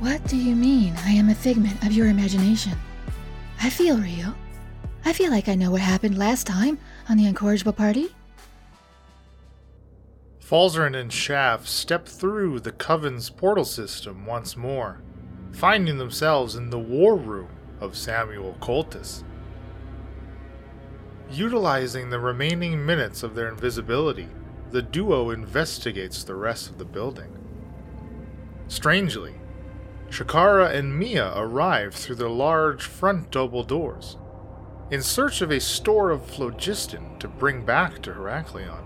What do you mean I am a figment of your imagination? I feel real. I feel like I know what happened last time on the incorrigible party. Falzarin and Shaft step through the Coven's portal system once more, finding themselves in the war room of Samuel Coltis. Utilizing the remaining minutes of their invisibility, the duo investigates the rest of the building. Strangely, Shakara and Mia arrive through the large front double doors, in search of a store of phlogiston to bring back to Heraklion.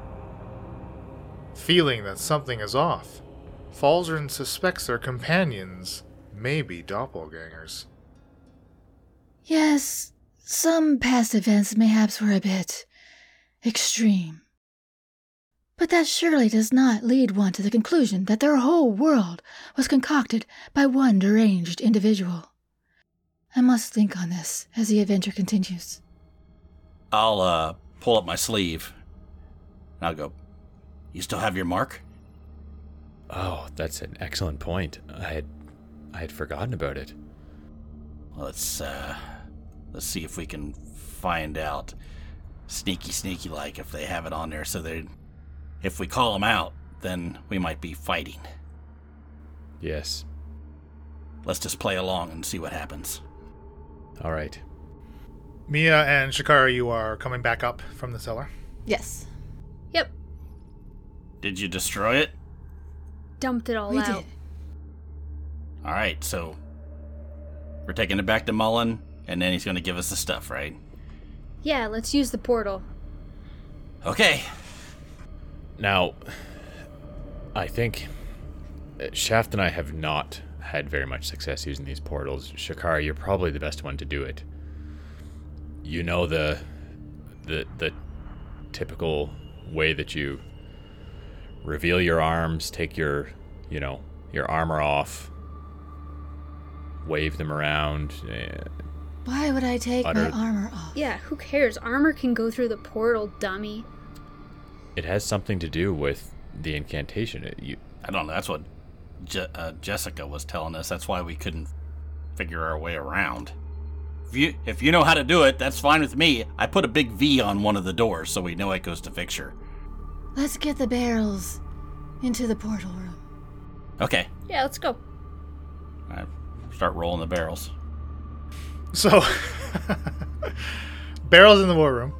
Feeling that something is off, Falzern suspects their companions may be doppelgangers. Yes, some past events mayhaps were a bit extreme. But that surely does not lead one to the conclusion that their whole world was concocted by one deranged individual. I must think on this as the adventure continues. I'll uh, pull up my sleeve. And I'll go, You still have your mark? Oh, that's an excellent point. I had I had forgotten about it. Let's uh let's see if we can find out sneaky sneaky like if they have it on there so they if we call them out, then we might be fighting. Yes. Let's just play along and see what happens. All right. Mia and Shakara, you are coming back up from the cellar. Yes. Yep. Did you destroy it? Dumped it all we out. did. All right, so we're taking it back to Mullen, and then he's going to give us the stuff, right? Yeah, let's use the portal. Okay. Now, I think uh, Shaft and I have not had very much success using these portals. Shakara, you're probably the best one to do it. You know the the the typical way that you reveal your arms, take your, you know, your armor off, wave them around. eh, Why would I take my Utter- armor off? Yeah, who cares? Armor can go through the portal, dummy. It has something to do with the incantation. It, you I don't know. That's what Je- uh, Jessica was telling us. That's why we couldn't figure our way around. If you, if you know how to do it, that's fine with me. I put a big V on one of the doors so we know it goes to Fixture. Let's get the barrels into the portal room. Okay. Yeah, let's go. I start rolling the barrels. So, barrels in the war room,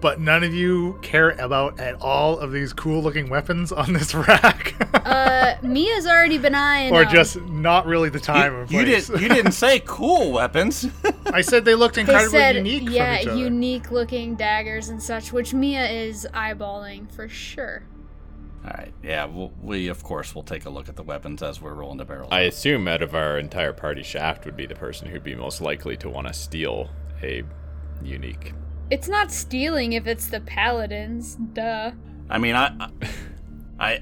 but none of you care about at all of these cool looking weapons on this rack. Uh, Mia's already been eyeing. or them. just not really the time you, and you place. did, you didn't say cool weapons. I said they looked They incredibly said, unique yeah, from each other. unique looking daggers and such, which Mia is eyeballing for sure. All right. Yeah, we we of course will take a look at the weapons as we're rolling the barrels. I assume out of our entire party, Shaft would be the person who'd be most likely to want to steal a unique. It's not stealing if it's the paladins, duh. I mean, I, I,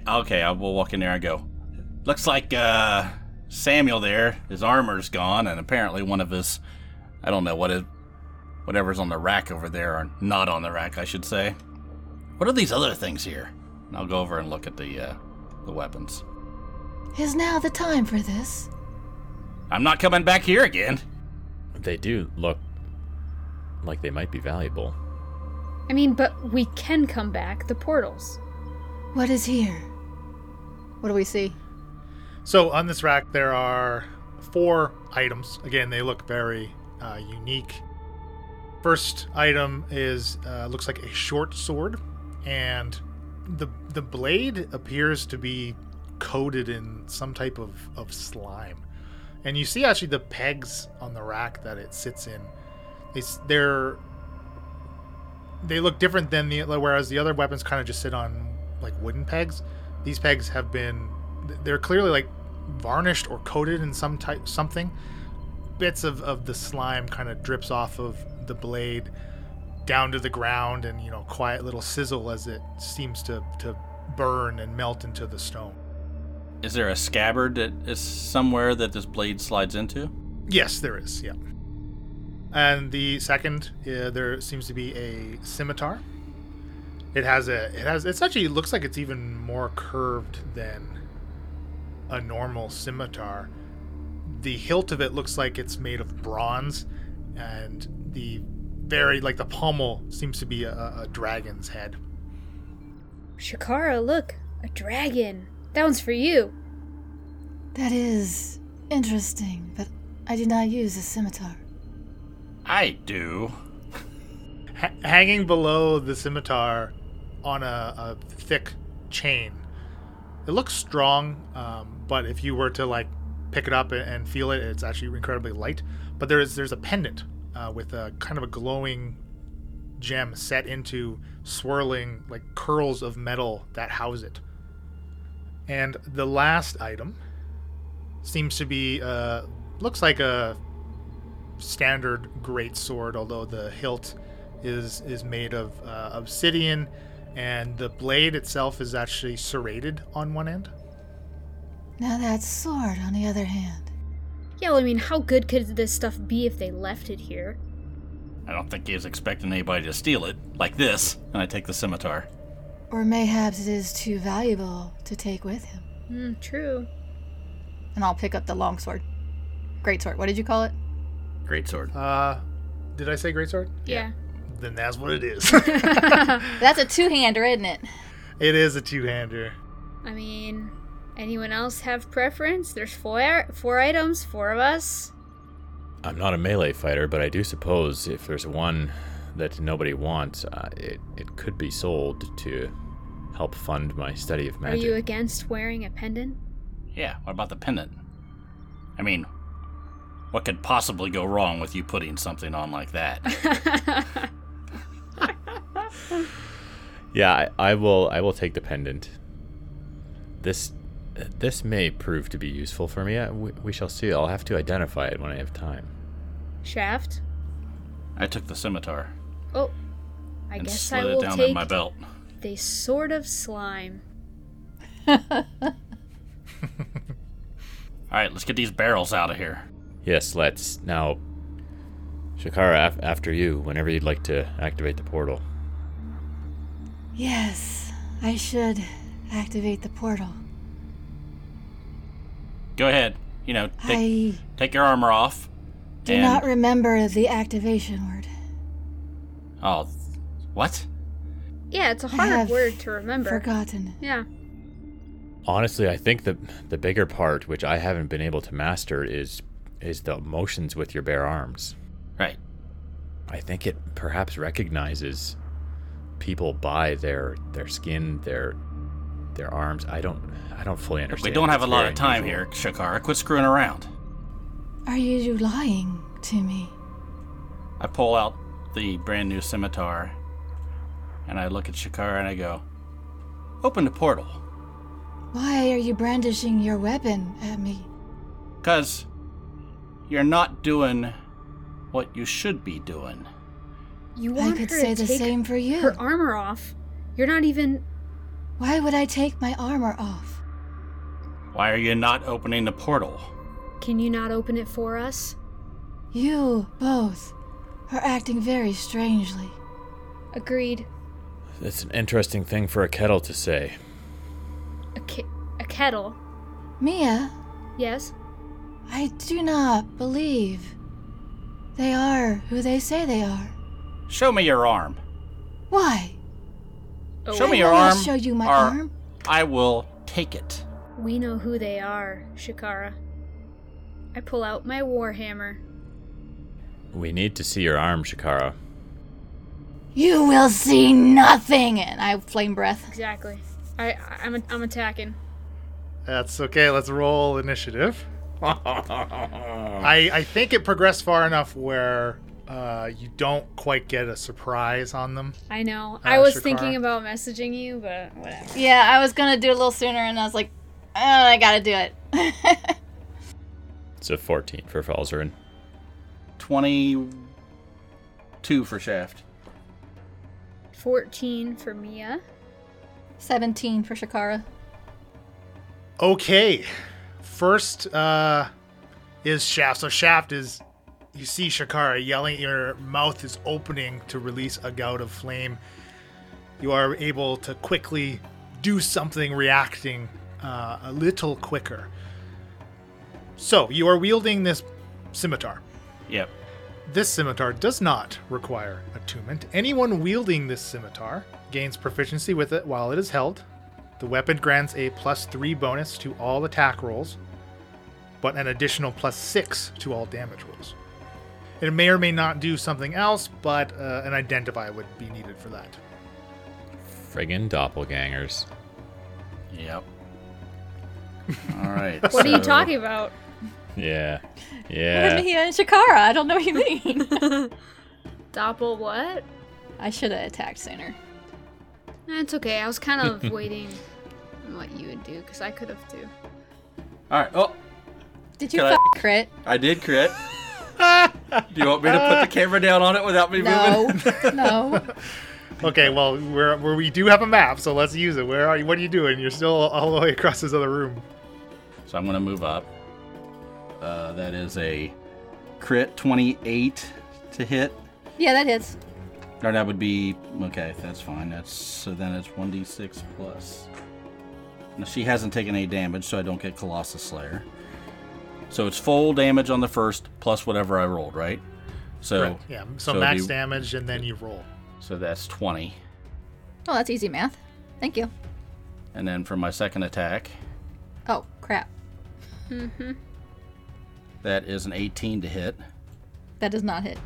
I- okay. I will walk in there and go. Looks like uh, Samuel there. His armor's gone, and apparently one of his, I don't know what it, whatever's on the rack over there, or not on the rack, I should say. What are these other things here? And I'll go over and look at the, uh, the weapons. Is now the time for this? I'm not coming back here again. They do look like they might be valuable. I mean, but we can come back the portals. What is here? What do we see? So on this rack, there are four items. Again, they look very uh, unique. First item is uh, looks like a short sword, and the the blade appears to be coated in some type of, of slime. And you see actually the pegs on the rack that it sits in. It's they're they look different than the whereas the other weapons kind of just sit on like wooden pegs these pegs have been they're clearly like varnished or coated in some type something bits of, of the slime kind of drips off of the blade down to the ground and you know quiet little sizzle as it seems to to burn and melt into the stone Is there a scabbard that is somewhere that this blade slides into? yes there is yeah and the second uh, there seems to be a scimitar it has a it has it's actually looks like it's even more curved than a normal scimitar the hilt of it looks like it's made of bronze, and the very like the pommel seems to be a, a dragon's head. Shakara, look, a dragon. That one's for you. That is interesting, but I do not use a scimitar. I do. H- hanging below the scimitar on a, a thick chain. It looks strong, um, but if you were to like pick it up a- and feel it, it's actually incredibly light. But there is there's a pendant uh, with a kind of a glowing gem set into swirling like curls of metal that house it. And the last item seems to be uh, looks like a standard great sword, although the hilt is is made of uh, obsidian, and the blade itself is actually serrated on one end. Now that sword, on the other hand. Yeah, well, I mean, how good could this stuff be if they left it here? I don't think he was expecting anybody to steal it like this. And I take the scimitar. Or mayhaps it is too valuable to take with him. Hmm, true. And I'll pick up the longsword. Great sword. What did you call it? Great sword. Uh, did I say great sword? Yeah. Then that's what it is. That's a two-hander, isn't it? it is a two-hander. I mean, anyone else have preference? There's four four items, four of us. I'm not a melee fighter, but I do suppose if there's one that nobody wants, uh, it, it could be sold to help fund my study of magic. Are you against wearing a pendant? Yeah, what about the pendant? I mean, what could possibly go wrong with you putting something on like that? yeah, I, I will. I will take the pendant. This this may prove to be useful for me. I, we, we shall see. I'll have to identify it when I have time. Shaft. I took the scimitar Oh, I and guess I slid will it down take in my belt. the sword of slime. All right, let's get these barrels out of here. Yes, let's now. Shakara, af- after you. Whenever you'd like to activate the portal. Yes, I should activate the portal. Go ahead. You know, take, I take your armor off. do and not remember the activation word. oh, th- what? Yeah, it's a I have hard word to remember. Forgotten. Yeah. Honestly, I think the the bigger part, which I haven't been able to master, is is the motions with your bare arms. Right. I think it perhaps recognizes people by their their skin, their their arms. I don't I don't fully understand. We don't have a It's lot very of time unusual. here, Shakara. Quit screwing around. Are you lying to me? I pull out the brand new scimitar and I look at Shakara and I go, Open the portal. Why are you brandishing your weapon at me? Because you're not doing what you should be doing. You I want could her say to the take same for you. her armor off. You're not even. Why would I take my armor off? Why are you not opening the portal? Can you not open it for us? You both are acting very strangely. Agreed. It's an interesting thing for a kettle to say. A, ke- a kettle. Mia, Yes. I do not believe they are who they say they are. Show me your arm. Why? Oh, Show me I your will not arm. show you my or arm. I will take it. We know who they are, Shikara. I pull out my warhammer. We need to see your arm, Shakara. You will see nothing. And I flame breath. Exactly. I I- I'm I'm attacking. That's okay. Let's roll initiative. Oh. I, I think it progressed far enough where uh, you don't quite get a surprise on them. I know. Ah, I was Shakara. thinking about messaging you, but whatever. Yeah, I was gonna do it a little sooner, and I was like, oh, I gotta do it. It's a 14 for Falzarin. 22 for Shaft. 14 for Mia. Seventeen for Shakara. Okay. First uh, is Shaft. So Shaft is. You see Shakara yelling. Your mouth is opening to release a gout of flame. You are able to quickly do something, reacting uh, a little quicker. So you are wielding this scimitar. Yep. This scimitar does not require attunement. Anyone wielding this scimitar gains proficiency with it while it is held. The weapon grants a plus three bonus to all attack rolls, but an additional plus six to all damage rolls. It may or may not do something else, but uh, an identify would be needed for that. Friggin' doppelgangers. Yep. All right. What are you so- talking about? Yeah. Eh. We're Yeah. Mia and Shakara. I don't know what you mean. Doppel what? I should have attacked sooner. That's okay. I was kind of waiting on what you would do because I could have too. All right. Oh, Did you Can I- f- crit? I did crit. Do you want me to put the camera down on it without me No, moving? no. Okay, well, we're, we're, we do have a map, so let's use it. Where are you? What are you doing? You're still all the way across this other room. So I'm going to move up. Uh, that is a crit 28 to hit. Yeah, that hits. Or that would be okay. That's fine. That's so then it's 1d6 plus. Now she hasn't taken any damage, so I don't get Colossus Slayer. So it's full damage on the first plus whatever I rolled, right? So Correct. Yeah. Oh. So, so max do- damage, and then you roll. so that's 20. Oh, that's easy math. Thank you. And then for my second attack, Oh, crap. that is an 18 to hit. That does not hit.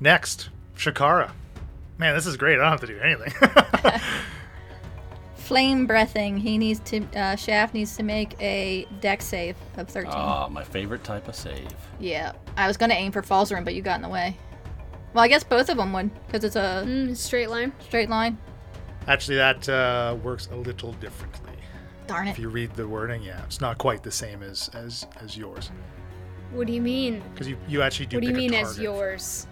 Next, Shakara. Man, this is great. I don't have to do anything. Flame breathing. He needs to. Uh, Shaft needs to make a deck save of 13. Ah, my favorite type of save. Yeah. I was gonna aim for Falls Room, but you got in the way. Well, I guess both of them would, because it's a Mm, straight line. straight line. Actually, that uh, works a little differently. Darn If it. you read the wording, yeah, it's not quite the same as as as yours What do you mean? because you you actually do. What do you pick a mean as target. yours?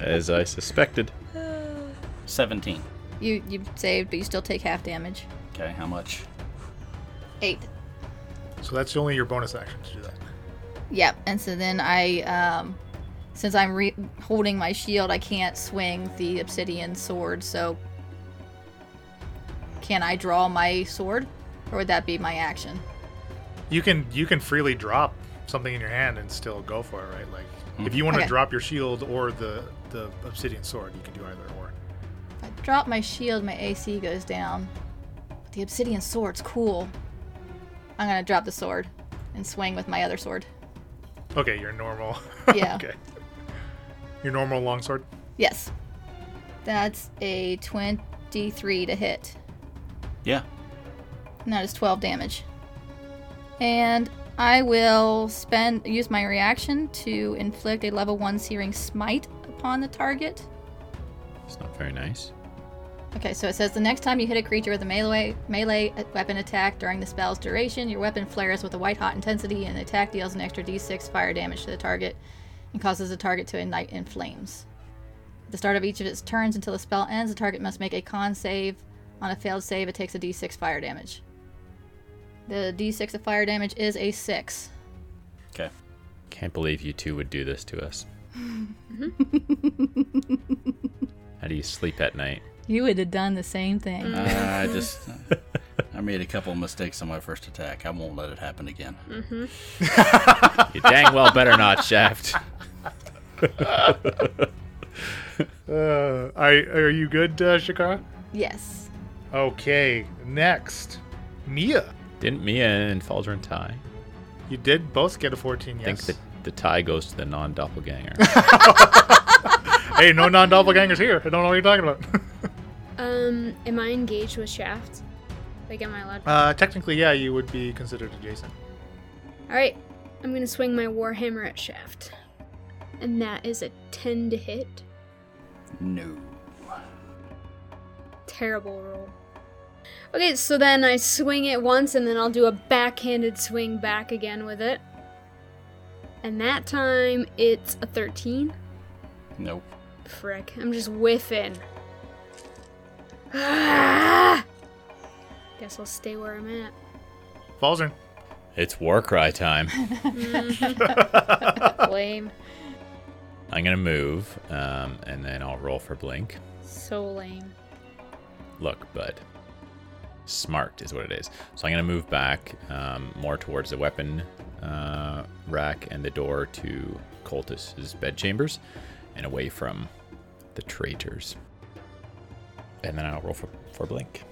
As I suspected. 17. You you saved, but you still take half damage. Okay, how much? Eight. So that's only your bonus action to do that. Yep. And so then I, um, since I'm re- holding my shield, I can't swing the obsidian sword. So can I draw my sword, or would that be my action? You can you can freely drop something in your hand and still go for it, right? Like if you want Okay. to drop your shield or the the obsidian sword, you can do either or. If I drop my shield, my AC goes down. But the obsidian sword's cool. I'm gonna drop the sword and swing with my other sword. Okay, your normal. Yeah. okay. Your normal longsword. Yes. That's a 23 to hit. Yeah. And that is 12 damage. And I will spend use my reaction to inflict a level 1 searing smite upon the target. It's not very nice. Okay, so it says the next time you hit a creature with a melee melee weapon attack during the spell's duration, your weapon flares with a white hot intensity and the attack deals an extra d6 fire damage to the target and causes the target to ignite in flames. At the start of each of its turns until the spell ends, the target must make a con save. On a failed save, it takes a d6 fire damage. The d6 of fire damage is a 6. Okay. Can't believe you two would do this to us. How do you sleep at night? You would have done the same thing. I just I made a couple mistakes on my first attack. I won't let it happen again. Mm. You dang well better not, Shaft. Uh, are are you good, uh, Shakara? Yes. Okay. Next, Mia. Didn't Mia and Falzarin tie? You did both get a 14, I think yes. that the tie goes to the non doppelganger. hey, no non doppelgangers here. I don't know what you're talking about. Um, am I engaged with Shaft? Like, am I allowed? uh, technically, yeah, you would be considered adjacent. All right, I'm gonna swing my warhammer at Shaft, and that is a ten to hit. No. Terrible roll. Okay, so then I swing it once, and then I'll do a backhanded swing back again with it. And that time it's a 13. Nope. Frick, I'm just whiffing. Ah! Guess I'll stay where I'm at. Falzern. it's war cry time. Lame. I'm gonna move, um, and then I'll roll for blink. So lame. Look, bud. smart is what it is. So I'm going to move back um, more towards the weapon uh, rack and the door to Coltus's bedchambers, and away from the traitors. And then I'll roll for, for blink.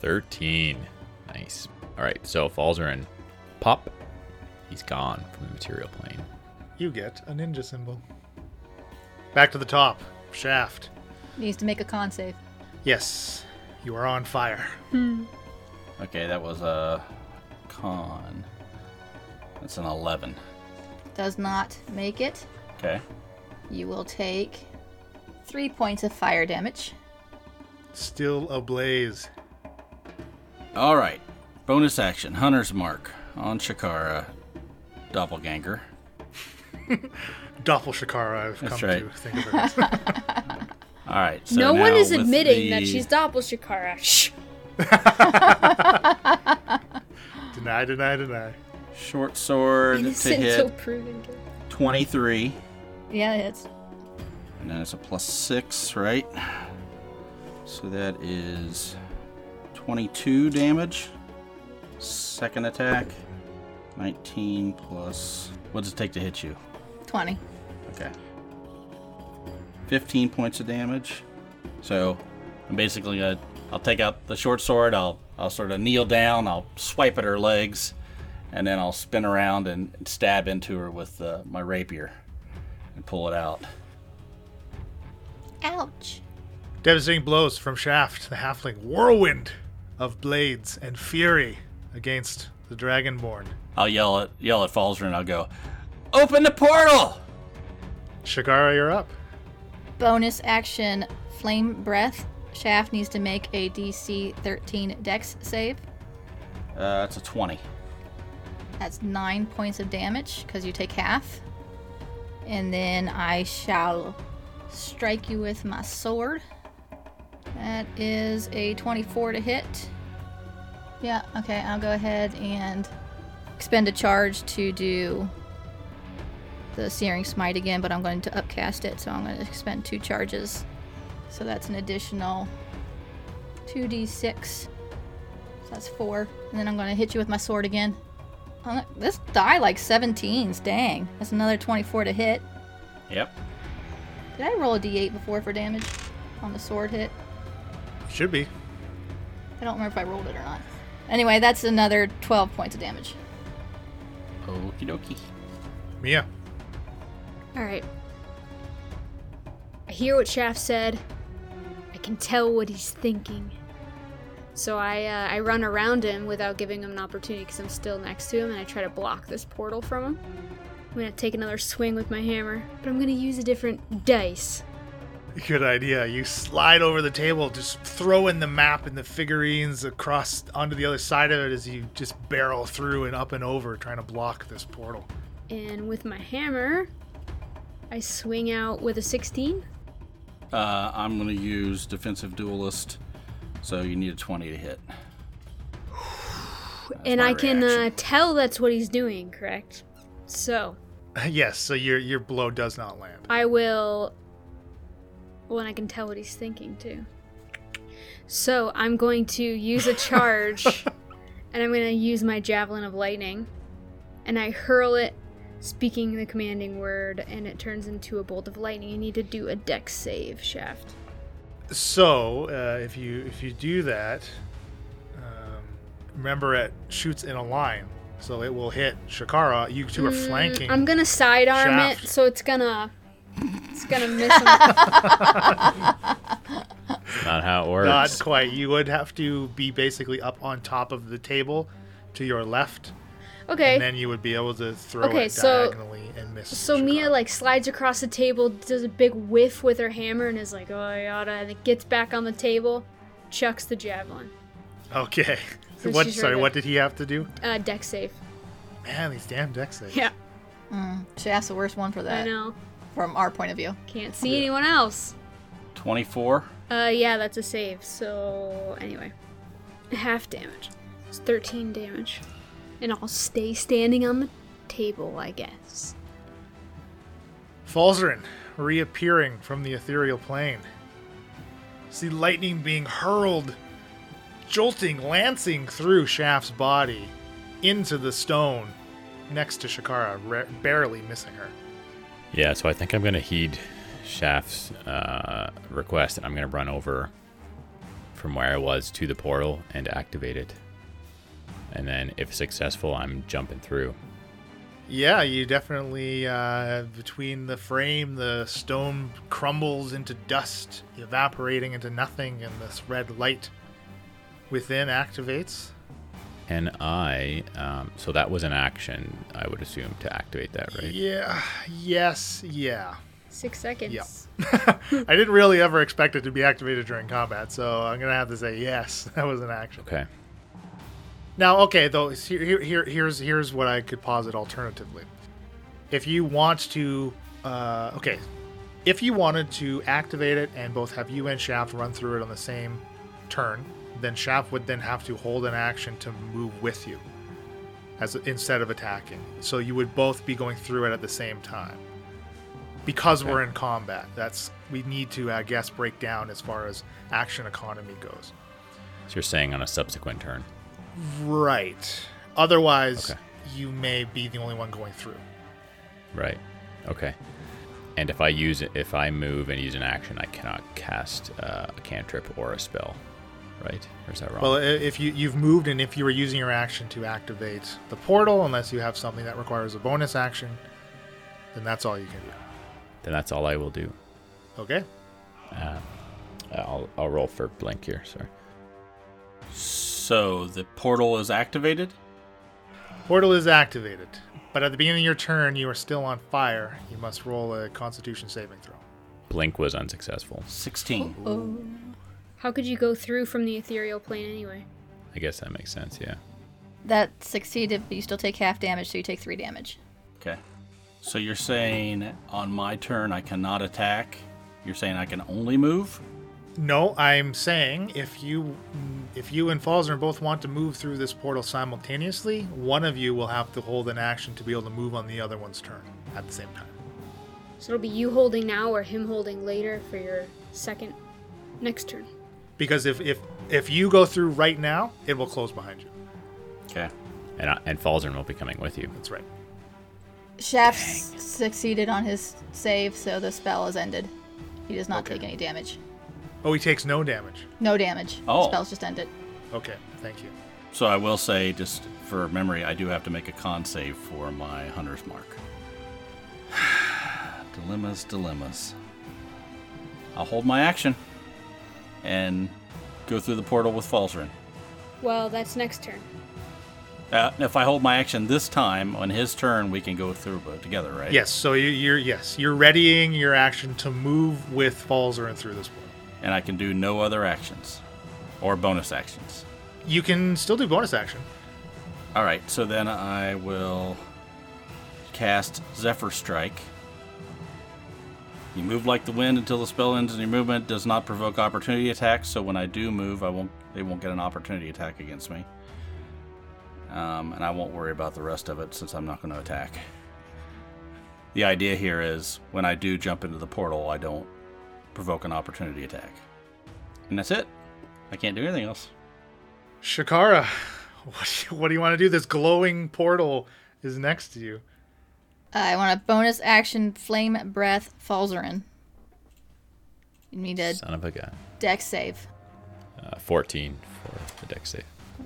13. Nice. All right, so falls are in. Pop. He's gone from the material plane. You get a ninja symbol. Back to the top. Shaft. Needs to make a con save. Yes, you are on fire. Okay, that was a con. That's an 11. Does not make it. Okay. You will take three points of fire damage. Still ablaze. All right. Bonus action Hunter's Mark on Shakara Doppelganger. Doppel Shakara, I've come That's to right. think of it. as. All right. So no one now is with the- admitting that she's Doppel Shakara. Shh. deny, deny, deny. Short sword to Innocent till hit proven guilty. 23. Yeah, it's And then it's a plus 6, right? So that is 22 damage. Second attack. 19 plus. What does it take to hit you? 20. Okay. 15 points of damage. So I'm basically gonna I'll take out the short sword, I'll I'll sort of kneel down, I'll swipe at her legs, and then I'll spin around and stab into her with uh, my rapier and pull it out. Ouch. Devastating blows from Shaft, the halfling, whirlwind of blades and fury against the dragonborn. I'll yell at yell at Falzer and I'll go, "Open the portal!" Shakara, you're up. Bonus action Flame Breath. Shaft needs to make a DC 13 dex save. Uh, it's a 20. That's nine points of damage because you take half. And then I shall strike you with my sword. That is a 24 to hit. Yeah, okay, I'll go ahead and expend a charge to do the Searing Smite again, but I'm going to upcast it, so I'm going to expend two charges. So that's an additional 2d6. So that's four. And then I'm going to hit you with my sword again. Uh, This die like 17s. Dang. That's another 24 to hit. Yep. Did I roll a d8 before for damage on the sword hit? Should be. I don't remember if I rolled it or not. Anyway, that's another 12 points of damage. Okie dokie. Mia. All right. I hear what Shaft said. I can tell what he's thinking. So I uh, I run around him without giving him an opportunity because I'm still next to him, and I try to block this portal from him. I'm gonna take another swing with my hammer, but I'm gonna use a different dice. Good idea. You slide over the table, just throw in the map and the figurines across onto the other side of it as you just barrel through and up and over trying to block this portal. And with my hammer, I swing out with a 16. Uh, I'm gonna use defensive duelist, so you need a 20 to hit. and my I can uh, reaction. tell that's what he's doing, correct? So yes, so your your blow does not land. I will. Well, and I can tell what he's thinking too. So I'm going to use a charge, and I'm going to use my javelin of lightning, and I hurl it, speaking the commanding word, and it turns into a bolt of lightning. You need to do a dex save, Shaft. So uh, if you if you do that, um, remember it shoots in a line, so it will hit Shakara. You two are flanking. Mm, I'm gonna sidearm it, Shaft. so it's gonna, it's gonna miss him. Not how it works. Not quite. You would have to be basically up on top of the table to your left, Okay. and then you would be able to throw Okay, it so- diagonally and miss. So Mia Shakara. like slides across the table, does a big whiff with her hammer, and is like, "Oh yada," and it gets back on the table, chucks the javelin. Okay. So what? she's Sorry. right What there. did he have to do? Uh, deck safe. Man, these damn deck saves. Yeah, Shaft's the worst one for I that, know. from our point of view. Can't see anyone else. 24. Uh, yeah, that's a save. So anyway, half damage. It's thirteen damage, and I'll stay standing on the table, I guess. Falzarin reappearing from the ethereal plane. See lightning being hurled jolting, lancing through Shaft's body into the stone next to Shakara, ra- barely missing her. Yeah, so I think I'm going to heed Shaft's uh, request and I'm going to run over from where I was to the portal and activate it. And then, if successful, I'm jumping through. Yeah, you definitely, uh, between the frame, the stone crumbles into dust, evaporating into nothing, and this red light within activates. And I, um, so that was an action, I would assume, to activate that, right? Yeah, yes, yeah. Six seconds. Yep. I didn't really ever expect it to be activated during combat, so I'm gonna have to say yes, that was an action. Okay. Now, okay, though here, here, here- here's here's what I could posit alternatively. If you want to, uh, okay, if you wanted to activate it and both have you and Shaft run through it on the same turn, then Shaft would then have to hold an action to move with you, as instead of attacking. So you would both be going through it at the same time. Because we're in combat, that's we need to, I guess, break down as far as action economy goes. So you're saying on a subsequent turn. Right. Otherwise, Okay. you may be the only one going through. Right. Okay. And if I use if I move and use an action, I cannot cast uh, a cantrip or a spell, right? Or is that wrong? Well, i- if you you've moved and if you were using your action to activate the portal, unless you have something that requires a bonus action, then that's all you can do. then that's all I will do. Okay. Uh, I'll, I'll roll for blank here. Sorry. So the portal is activated. Portal is activated, but at the beginning of your turn, you are still on fire. You must roll a Constitution saving throw. Blink was unsuccessful. 16. How could you go through from the ethereal plane anyway? I guess that makes sense. Yeah. That succeeded, but you still take half damage, so you take three damage. Okay. So you're saying on my turn I cannot attack. You're saying I can only move? No, I'm saying if you if you and Falzner both want to move through this portal simultaneously, one of you will have to hold an action to be able to move on the other one's turn at the same time. So it'll be you holding now or him holding later for your second next turn. Because if if if you go through right now, it will close behind you. Okay. And I, and Falzern will be coming with you. That's right. Shaft s- succeeded on his save, so the spell is ended. He does not Okay. take any damage. Oh, he takes no damage. No damage. Oh. The spell's just ended. Okay, thank you. So I will say, just for memory, I do have to make a con save for my hunter's mark. dilemmas, dilemmas. I'll hold my action and go through the portal with Falzarin. Well, that's next turn. Uh, if I hold my action this time on his turn, we can go through but together, right? Yes, so you, you're yes, you're readying your action to move with Falzer and through this portal. And I can do no other actions or bonus actions. You can still do bonus action. All right, so then I will cast Zephyr Strike. You move like the wind until the spell ends, and your movement does not provoke opportunity attacks. So when I do move, I won't. They won't get an opportunity attack against me, um, and I won't worry about the rest of it since I'm not going to attack. The idea here is when I do jump into the portal, I don't provoke an opportunity attack, and that's it. I can't do anything else. Shakara, what do you, what do you want to do? This glowing portal is next to you. I want a bonus action flame breath falzarin. You need a Son of a gun. deck save. Uh, 14 for the deck save.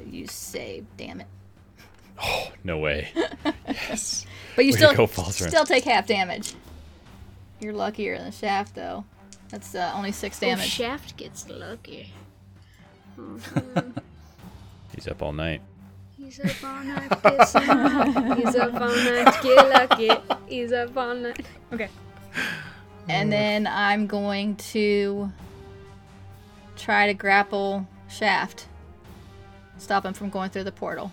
You save, damn it. No way. yes. But you Way to still go, Falzarin. still take half damage. You're luckier than Shaft though. That's uh, only six Oh, damage. Shaft gets lucky. He's up all night. He's up all night, gets lucky. He's up all night, get lucky. He's up all night. Okay. and then I'm going to try to grapple Shaft, stop him from going through the portal.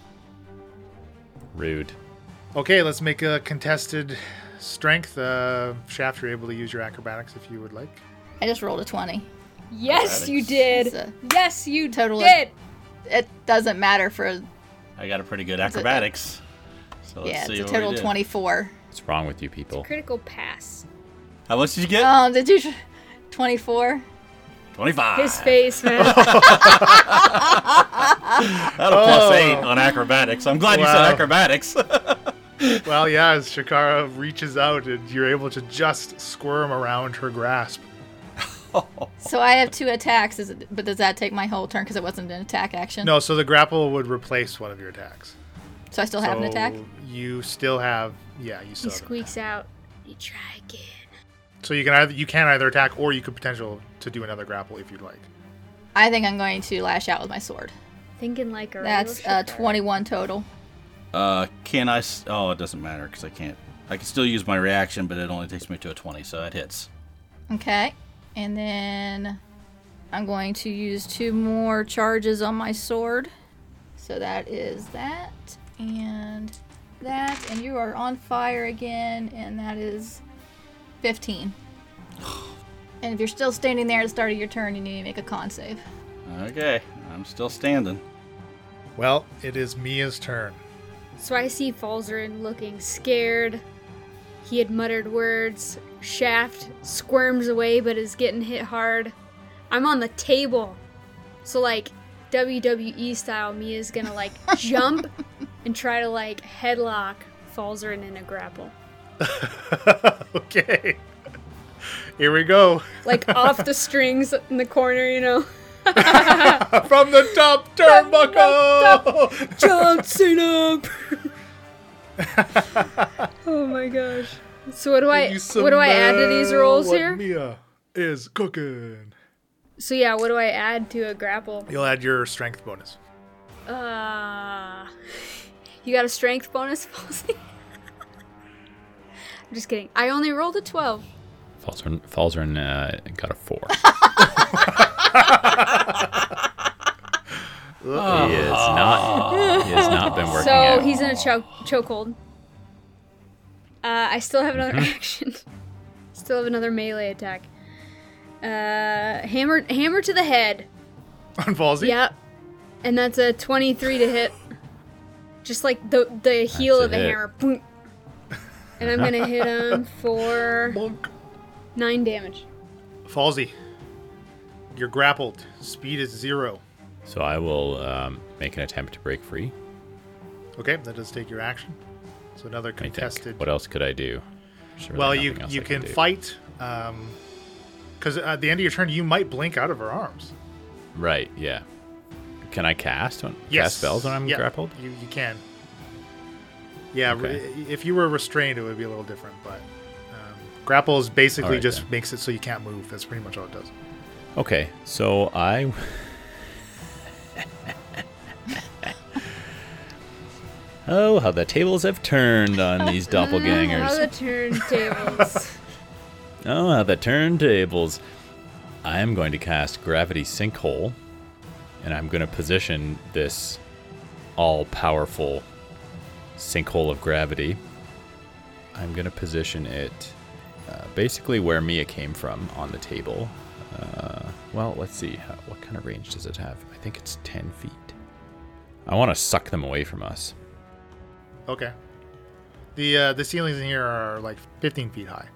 Rude. Okay, let's make a contested strength. Uh, Shaft, you're able to use your acrobatics if you would like. I just rolled a twenty. Yes, you It's did. a- Yes, you Total of- did. it doesn't matter for I got a pretty good acrobatics. So let's yeah, see it's a what we total did. twenty-four. What's wrong with you people? Critical pass. How much did you get? Um, did you twenty-four? 25. His face, man. Not a plus Oh. eight on acrobatics. I'm glad you Wow. said acrobatics. Well, yeah, as Shakara reaches out, and you're able to just squirm around her grasp. So I have two attacks, is it, but does that take my whole turn because it wasn't an attack action? No, so the grapple would replace one of your attacks. So I still have an So attack? You still have, yeah, you He still. Have an squeaks out. You try again. attack. so you can either you can either attack or you could potential to do another grapple if you'd like. I think I'm going to lash out with my sword. Thinking like a That's real uh, shipper. 21 total. uh, can I? s- Oh, it doesn't matter because I can't. I can still use my reaction, but it only takes me to a twenty, so that hits. Okay. And then I'm going to use two more charges on my sword. So that is that and that. And you are on fire again, and that is 15. And if you're still standing there at the start of your turn, you need to make a con save. Okay, I'm still standing. Well, it is Mia's turn. So I see Falzarin looking scared. He had muttered words. Shaft squirms away but is getting hit hard. I'm on the table. So like WWE style, Mia's gonna like jump and try to like headlock Falzarin in a grapple. okay, here we go Like off the strings in the corner, you know. from the top turnbuckle. John Cena. oh my gosh. So what do I what do I add to these rolls here? Mia is cooking. So yeah, what do I add to a grapple? You'll add your strength bonus. Uh, you got a strength bonus, Falsey? I'm just kidding. I only rolled a 12. Falzern, Falzern uh, got a four. he is not. He has not been working so out. he's in a choke chokehold. Uh, I still have another action. still have another melee attack. Uh, hammer, hammer to the head. On Falsey. Yep. And that's a 23 to hit. Just like the the heel That's a of the hit. hammer. Boom. And I'm gonna hit him for Monk. nine damage. Falsey, you're grappled. Speed is zero. So I will um, make an attempt to break free. Okay, that does take your action. So another I think. contested. What else could I do? There's really well, you nothing else you I can do. fight. Um, because at the end of your turn, you might blink out of her arms. Right. Yeah. Can I cast on Yes. cast spells when I'm Yeah, grappled? You you can. Yeah, re- if you were restrained, it would be a little different. But um, grapple is basically Alright, just then. makes it so you can't move. That's pretty much all it does. Okay. So I. oh, how the tables have turned on these doppelgangers. How the turntables. Oh, how the turntables. I am going to cast Gravity Sinkhole, and I'm going to position this all powerful sinkhole of gravity. I'm going to position it uh, basically where Mia came from on the table. Uh, well, let's see. How, what kind of range does it have? I think it's 10 feet. I want to suck them away from us. Okay. The uh, the ceilings in here are like 15 feet high.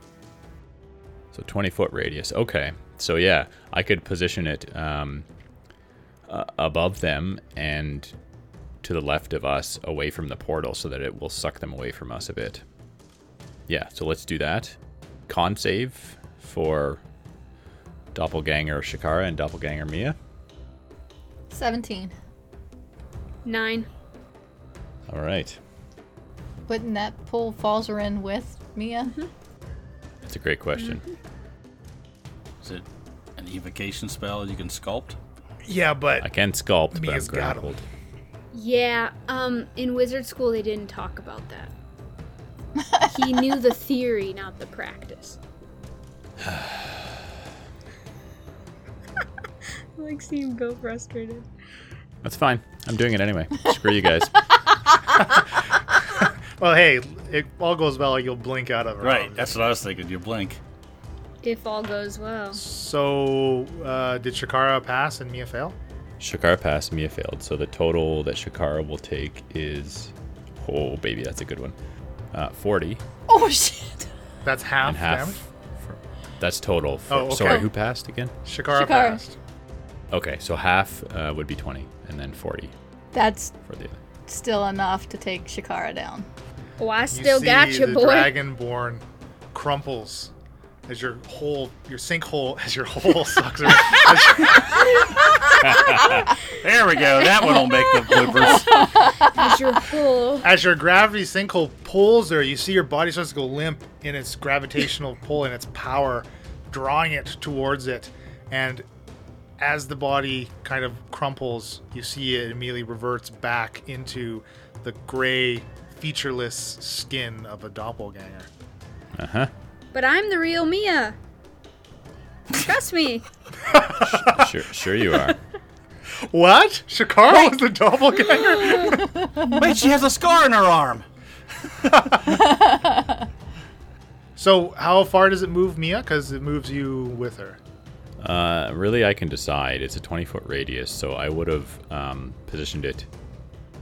So 20 foot radius. Okay. So yeah, I could position it um, uh, above them and to the left of us, away from the portal, so that it will suck them away from us a bit. Yeah. So let's do that. Con save for doppelganger Shakara and doppelganger Mia. 17. Nine. All right. Wouldn't that pull Falzarin with Mia? That's a great question. Mm-hmm. Is it an evocation spell you can sculpt? Yeah, but I can sculpt, but I'm Mia's got 'em. grappled. Yeah, um, in wizard school they didn't talk about that. he knew the theory, not the practice. I like see him go frustrated. That's fine. I'm doing it anyway. Screw you guys. well, hey, it all goes well. You'll blink out of her. Right, arms. that's what I was thinking. You blink. If all goes well. So, uh, did Shakara pass and Mia fail? Shakara passed, Mia failed. So the total that Shakara will take is, oh baby, that's a good one, uh, forty Oh, shit. That's half, and half. damage. For, that's total. For, Oh, okay. Sorry, who passed again? Shakara, Shakara. passed. Okay, so half uh, would be twenty, and then forty That's for the. still enough to take Shakara down. Oh, I You still see got you, the boy. Dragonborn crumples as your hole, your sinkhole, as your hole sucks. Her. There we go. That one will make the bloopers. As your whole. as your gravity sinkhole pulls her, you see your body starts to go limp in its gravitational pull and its power, drawing it towards it. And as the body kind of crumples, you see it immediately reverts back into the gray, featureless skin of a doppelganger. Uh huh. But I'm the real Mia. Trust me. Sure, sure you are. What? Shakara was the doppelganger? Wait, she has a scar in her arm. so, how far does it move Mia? Because it moves you with her. Uh, really, I can decide. It's a 20 foot radius, so I would have um, positioned it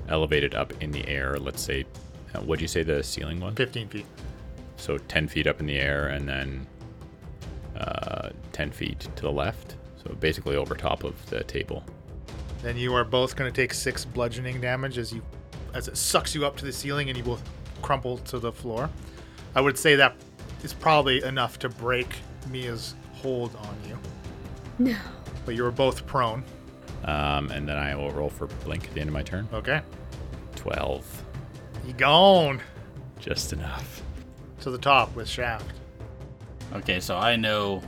elevated up in the air. Let's say, uh, what'd you say the ceiling was? 15 feet. So 10 feet up in the air and then uh, 10 feet to the left. So basically over top of the table. Then you are both going to take six bludgeoning damage as you, as it sucks you up to the ceiling and you both crumple to the floor. I would say that is probably enough to break Mia's hold on you, No. but you are both prone. Um, and then I will roll for blink at the end of my turn. Okay, 12. you gone Just enough. to the top with shaft. Okay, so I know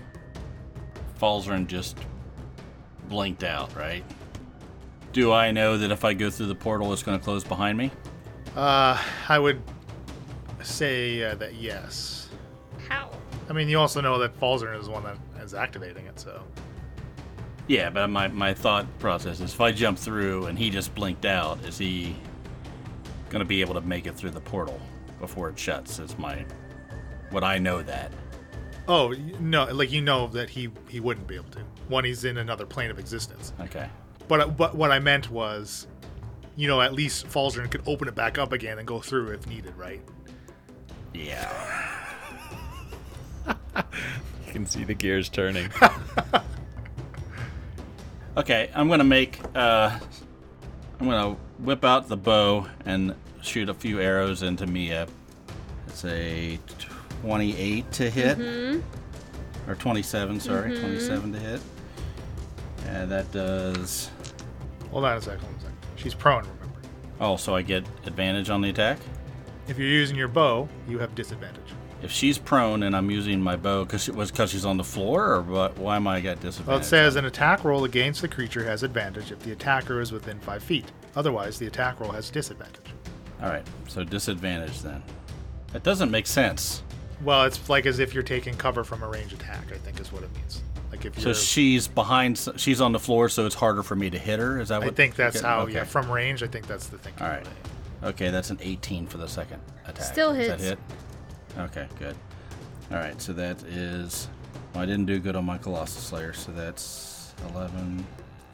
Falzern just blinked out, right? Do I know that if I go through the portal, it's going to close behind me? Uh, I would say uh, that yes. How? I mean, you also know that Falzern is the one that is activating it, so Yeah, but my, my thought process is if I jump through and he just blinked out, is he going to be able to make it through the portal before it shuts? Is my. Would I know that? Oh y- no! Like you know that he he wouldn't be able to. One, he's in another plane of existence. Okay. But uh, but what I meant was, you know, at least Falzern could open it back up again and go through if needed, right? Yeah. You can see the gears turning. Okay, I'm going to make. Uh, I'm going to whip out the bow and shoot a few arrows into Mia. It's a 28 to hit. Or 27, sorry. 27 to hit. And that does. Hold on a second. Hold on a second. She's prone, remember. Oh, so I get advantage on the attack? If you're using your bow, you have disadvantage. If she's prone and I'm using my bow, because it was because she's on the floor, or what? Why am I got disadvantage? Well, it says an attack roll against the creature has advantage if the attacker is within five feet. Otherwise, the attack roll has disadvantage. All right, so disadvantage then. That doesn't make sense. Well, it's like as if you're taking cover from a range attack. I think is what it means. Like if So you're, she's behind. s- She's on the floor, so it's harder for me to hit her. Is that I what? think that's okay, how. Okay. Yeah, from range, I think that's the thing. All right. Okay, that's an 18 for the second attack. Still Does that hits. hit? Okay, good. All right, so that is. Well, I didn't do good on my Colossus Slayer, so that's 11,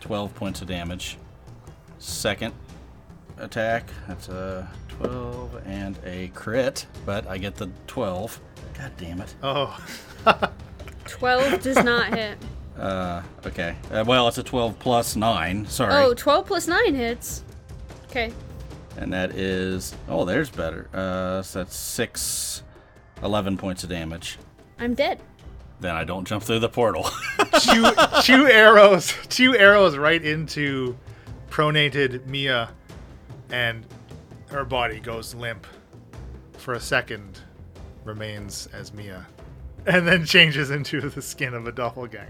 12 points of damage. Second attack, that's a 12 and a crit, but I get the 12. God damn it. Oh, 12 does not hit. Uh, okay. Uh, well, it's a 12 plus 9, sorry. Oh, 12 plus 9 hits. Okay. And that is. Oh, there's better. Uh, so that's 6, 11 points of damage. I'm dead. then I don't jump through the portal. two two arrows, two arrows right into pronated Mia, and her body goes limp for a second, remains as Mia, and then changes into the skin of a doppelganger.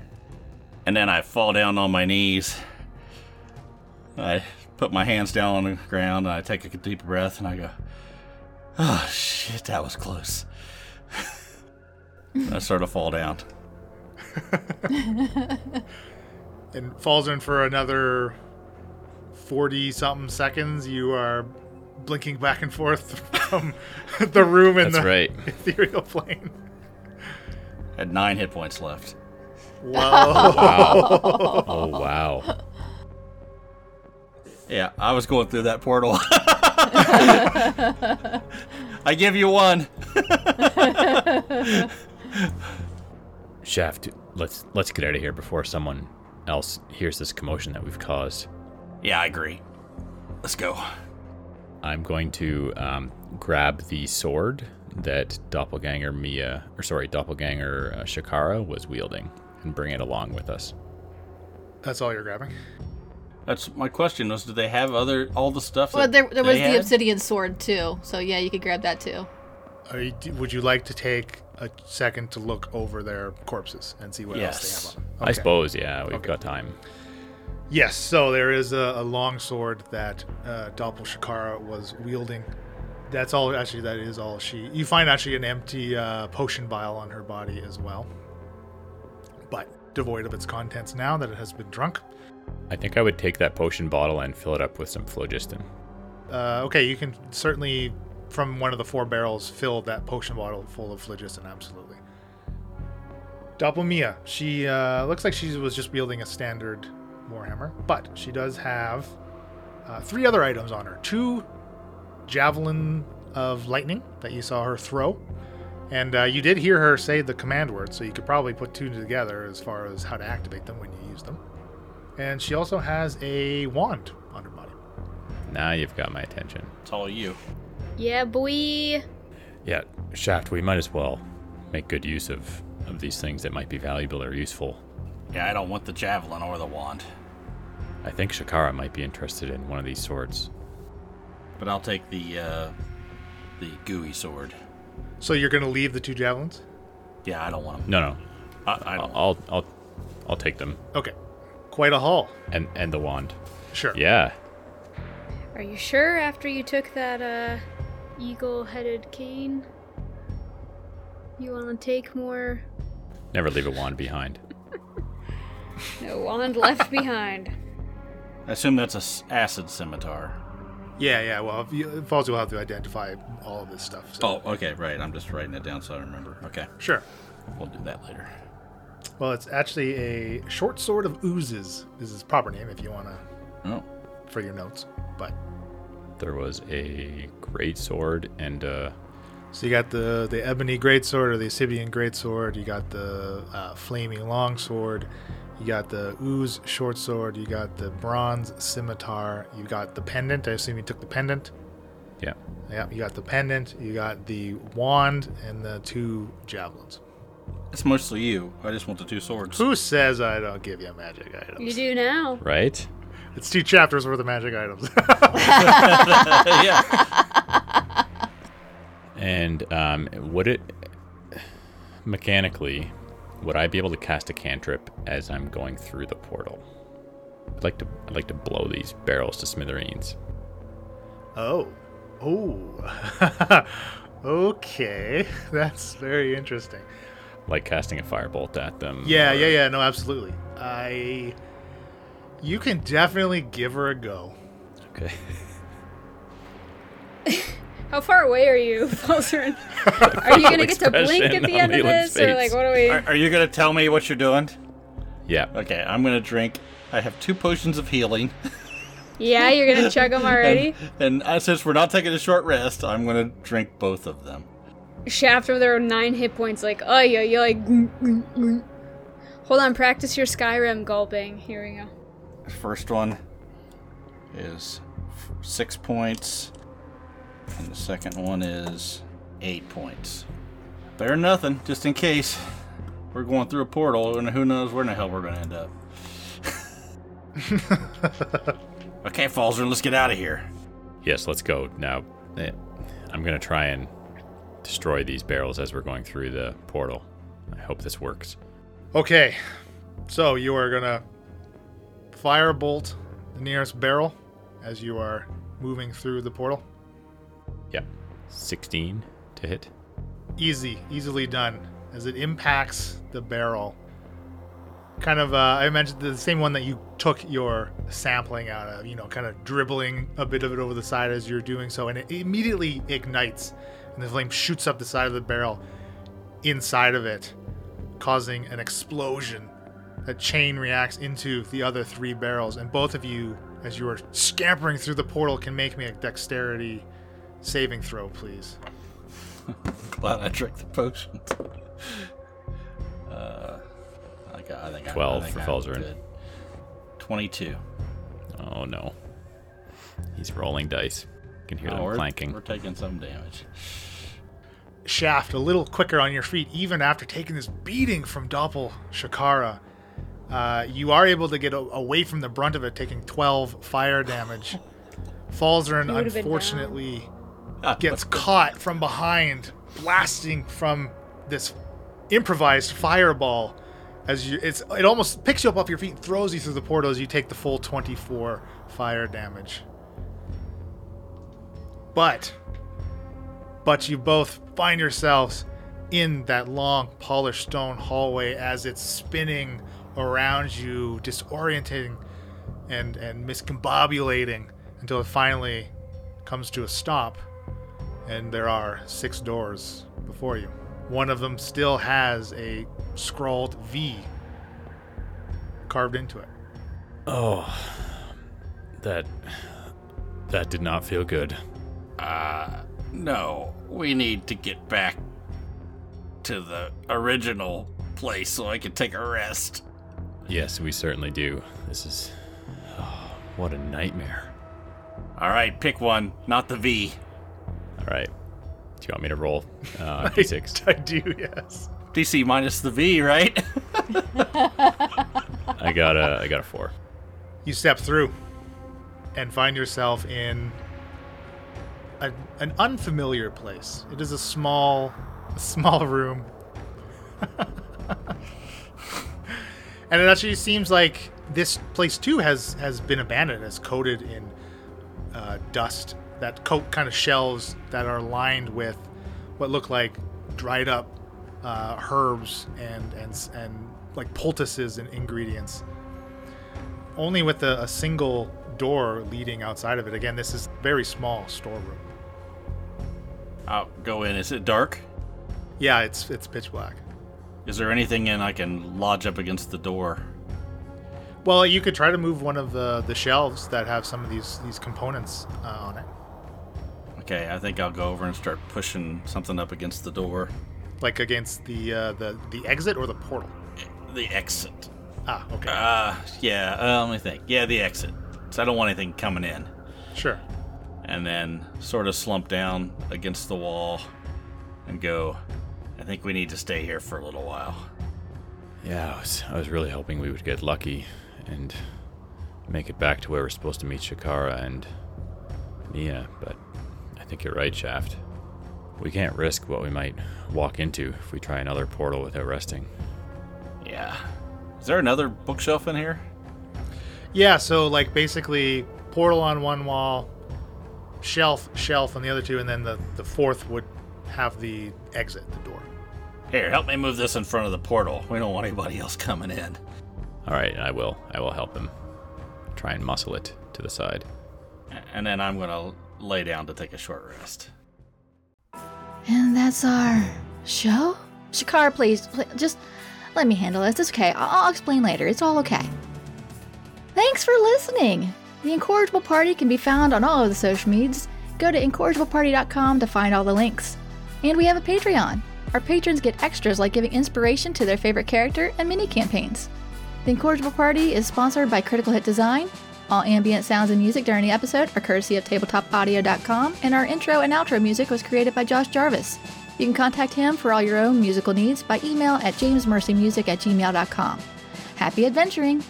and then I fall down on my knees. I put my hands down on the ground and I take a deep breath and I go, oh shit, that was close. I sort of fall down. And falls in for another forty something seconds. You are blinking back and forth from the room in That's the right. ethereal plane. Had nine hit points left. Whoa. Oh, wow. Yeah, I was going through that portal. I give you one. Shaft, let's let's get out of here before someone else hears this commotion that we've caused. Yeah, I agree. Let's go. I'm going to um, grab the sword that doppelganger Mia, or sorry, doppelganger uh, Shakara was wielding, and bring it along with us. That's all you're grabbing. That's my question. Was do they have other all the stuff? Well, that there, there they was the had? obsidian sword too, so yeah, you could grab that too. Are you, do- would you like to take a second to look over their corpses and see what else Yes. they have on? them? I Okay. suppose, yeah, we've Okay. got time. Yes. So there is a, a long sword that uh, Doppel Shakara was wielding. That's all. Actually, that is all she. You find actually an empty uh, potion vial on her body as well, but devoid of its contents now that it has been drunk. I think I would take that potion bottle and fill it up with some phlogiston. Uh, okay, you can certainly, from one of the four barrels, fill that potion bottle full of phlogiston, absolutely. Doppelmia. She uh, looks like she was just wielding a standard warhammer, but she does have uh, three other items on her: two javelin of lightning that you saw her throw, and uh, you did hear her say the command word, so you could probably put two together as far as how to activate them when you use them. And she also has a wand on her body. Now you've got my attention. It's all you. Yeah, boy. Yeah, Shaft, we might as well make good use of, of these things that might be valuable or useful. Yeah, I don't want the javelin or the wand, I think Shakara might be interested in one of these swords. but I'll take the uh, the gooey sword. So you're gonna leave the two javelins? Yeah, I don't want them. No, no, I, I don't. I'll, I'll, I'll take them. Okay. Quite a haul. And and the wand. Sure. Yeah, Are you sure after you took that uh, eagle-headed cane? You want to take more? never leave a wand behind. No wand left behind. I assume that's a s- acid scimitar. Yeah, yeah. Well, if you, Falls will have to identify all of this stuff. So. Oh, okay, right. I'm just writing it down so I remember. Okay, Sure. we'll do that later. Well, it's actually a short sword of oozes is its proper name if you wanna Oh, for your notes. But There was a great sword and uh, so you got the the ebony greatsword or the Sibian greatsword. You got the uh, flaming longsword. You got the ooze short sword. You got the bronze scimitar. You got the pendant. I assume you took the pendant. yeah, Yeah. You got the pendant. You got the wand and the two javelins. it's mostly you. I just want the two swords. Who says I don't give you magic items? You do now. right. It's two chapters worth of magic items. yeah. And um, would it mechanically? Would I be able to cast a cantrip as I'm going through the portal? I'd like to. I'd like to blow these barrels to smithereens. oh. Oh. okay. That's very interesting. Like casting a firebolt at them. Yeah, yeah, yeah. No, absolutely. I. You can definitely give her a go. Okay. How far away are you, Falzarin? Are you gonna get to blink at Expression the on end of Leland's this, or like face. what do we? Are, are you gonna tell me what you're doing? yeah. Okay, I'm gonna drink. I have two potions of healing. Yeah, you're gonna chug them already. And, and uh, since we're not taking a short rest, I'm gonna drink both of them. Shaft with her nine hit points, like oh yeah, you like. mm, mm, mm. Hold on, practice your Skyrim gulping. Here we go. First one is f- six points, and the second one is eight points. Better than nothing, just in case we're going through a portal, and who knows where in the hell we're gonna end up. okay, Falzer, let's get out of here. Yes. Let's go now. eh, I'm gonna try and destroy these barrels as we're going through the portal. I hope this works. Okay. So you are going to firebolt the nearest barrel as you are moving through the portal. Yeah. 16 to hit. easy, easily done as it impacts the barrel. Kind of, uh, I imagine the same one that you took your sampling out of, you know, kind of dribbling a bit of it over the side as you're doing so, and it immediately ignites, and the flame shoots up the side of the barrel inside of it, causing an explosion. That chain reacts into the other three barrels, and both of you, as you are scampering through the portal, can make me a dexterity saving throw, please. Glad I drank the potions. uh, I got, I think I- I 12 think for I'm Falzarin. good. Twenty-two. Oh no. He's rolling dice. You can hear Oh, them we're, clanking. we're taking some damage. shaft a little quicker on your feet, even after taking this beating from Doppel Shakara. Uh, you are able to get a- away from the brunt of it, taking 12 fire damage. Falzern, You would've been down. unfortunately, gets caught from behind, blasting from this improvised fireball. As you, it's it almost picks you up off your feet, and throws you through the portal as you take the full 24 fire damage. But but you both find yourselves in that long polished stone hallway as it's spinning around you, disorienting and and miscombobulating until it finally comes to a stop and there are six doors before you. One of them still has a scrawled V carved into it. Oh, that that did not feel good. Uh, no, we need to get back to the original place so I can take a rest. Yes, we certainly do. This is oh, what a nightmare. All right, pick one, not the V. All right, do you want me to roll uh, d6? I do, yes. DC minus the V, right? I got a I got a four. You step through and find yourself in a, an unfamiliar place. It is a small, a small room. and it actually seems like this place too has has been abandoned, has coated in uh, dust. That coat kind of shelves that are lined with what look like dried up uh, herbs and and s- and like poultices and ingredients only with a, a single door leading outside of it. Again, this is very small storeroom. I'll go in. Is it dark? Yeah, it's it's pitch black. Is there anything in I can lodge up against the door? Well, you could try to move one of the, the shelves that have some of these these components uh, on it, Okay, I think I'll go over and start pushing something up against the door. like against the uh, the the exit or the portal. The exit. Ah, okay, Uh, yeah, uh, let me think. Yeah, the exit. So I don't want anything coming in. sure. and then sort of slump down against the wall and go, I think we need to stay here for a little while. Yeah, I was, I was really hoping we would get lucky and make it back to where we're supposed to meet Shakara and Nia, but I think you're right, Shaft. We can't risk what we might walk into if we try another portal without resting. Yeah. Is there another bookshelf in here? Yeah, so like basically portal on one wall, shelf shelf on the other two, and then the the fourth would have the exit, the door. Here, help me move this in front of the portal. We don't want anybody else coming in. All right, I will. I will help him. Try and muscle it to the side. A- And then I'm going to lay down to take a short rest. And that's our show? Shakar, please, pl- just let me handle this. It's okay. I- I'll explain later. It's all okay. Thanks for listening. The Incorrigible Party can be found on all of the social medias. Go to incorrigibleparty.com to find all the links. And we have a Patreon. Our patrons get extras like giving inspiration to their favorite character and mini campaigns. The Incorrigible Party is sponsored by Critical Hit Design. All ambient sounds and music during the episode are courtesy of tabletopaudio.com, and our intro and outro music was created by Josh Jarvis. You can contact him for all your own musical needs by email at jamesmercymusic at gmail.com. Happy adventuring!